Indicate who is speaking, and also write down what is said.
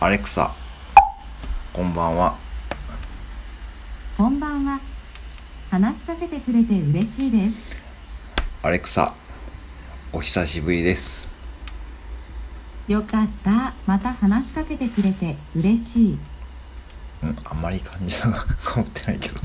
Speaker 1: アレクサ、こんばんは。
Speaker 2: こんばんは。話しかけてくれて嬉しいです。
Speaker 1: アレクサ、お久しぶりです。
Speaker 2: よかった。また話しかけてくれて嬉しい。
Speaker 1: うん、あんまり感情がこもってないけど。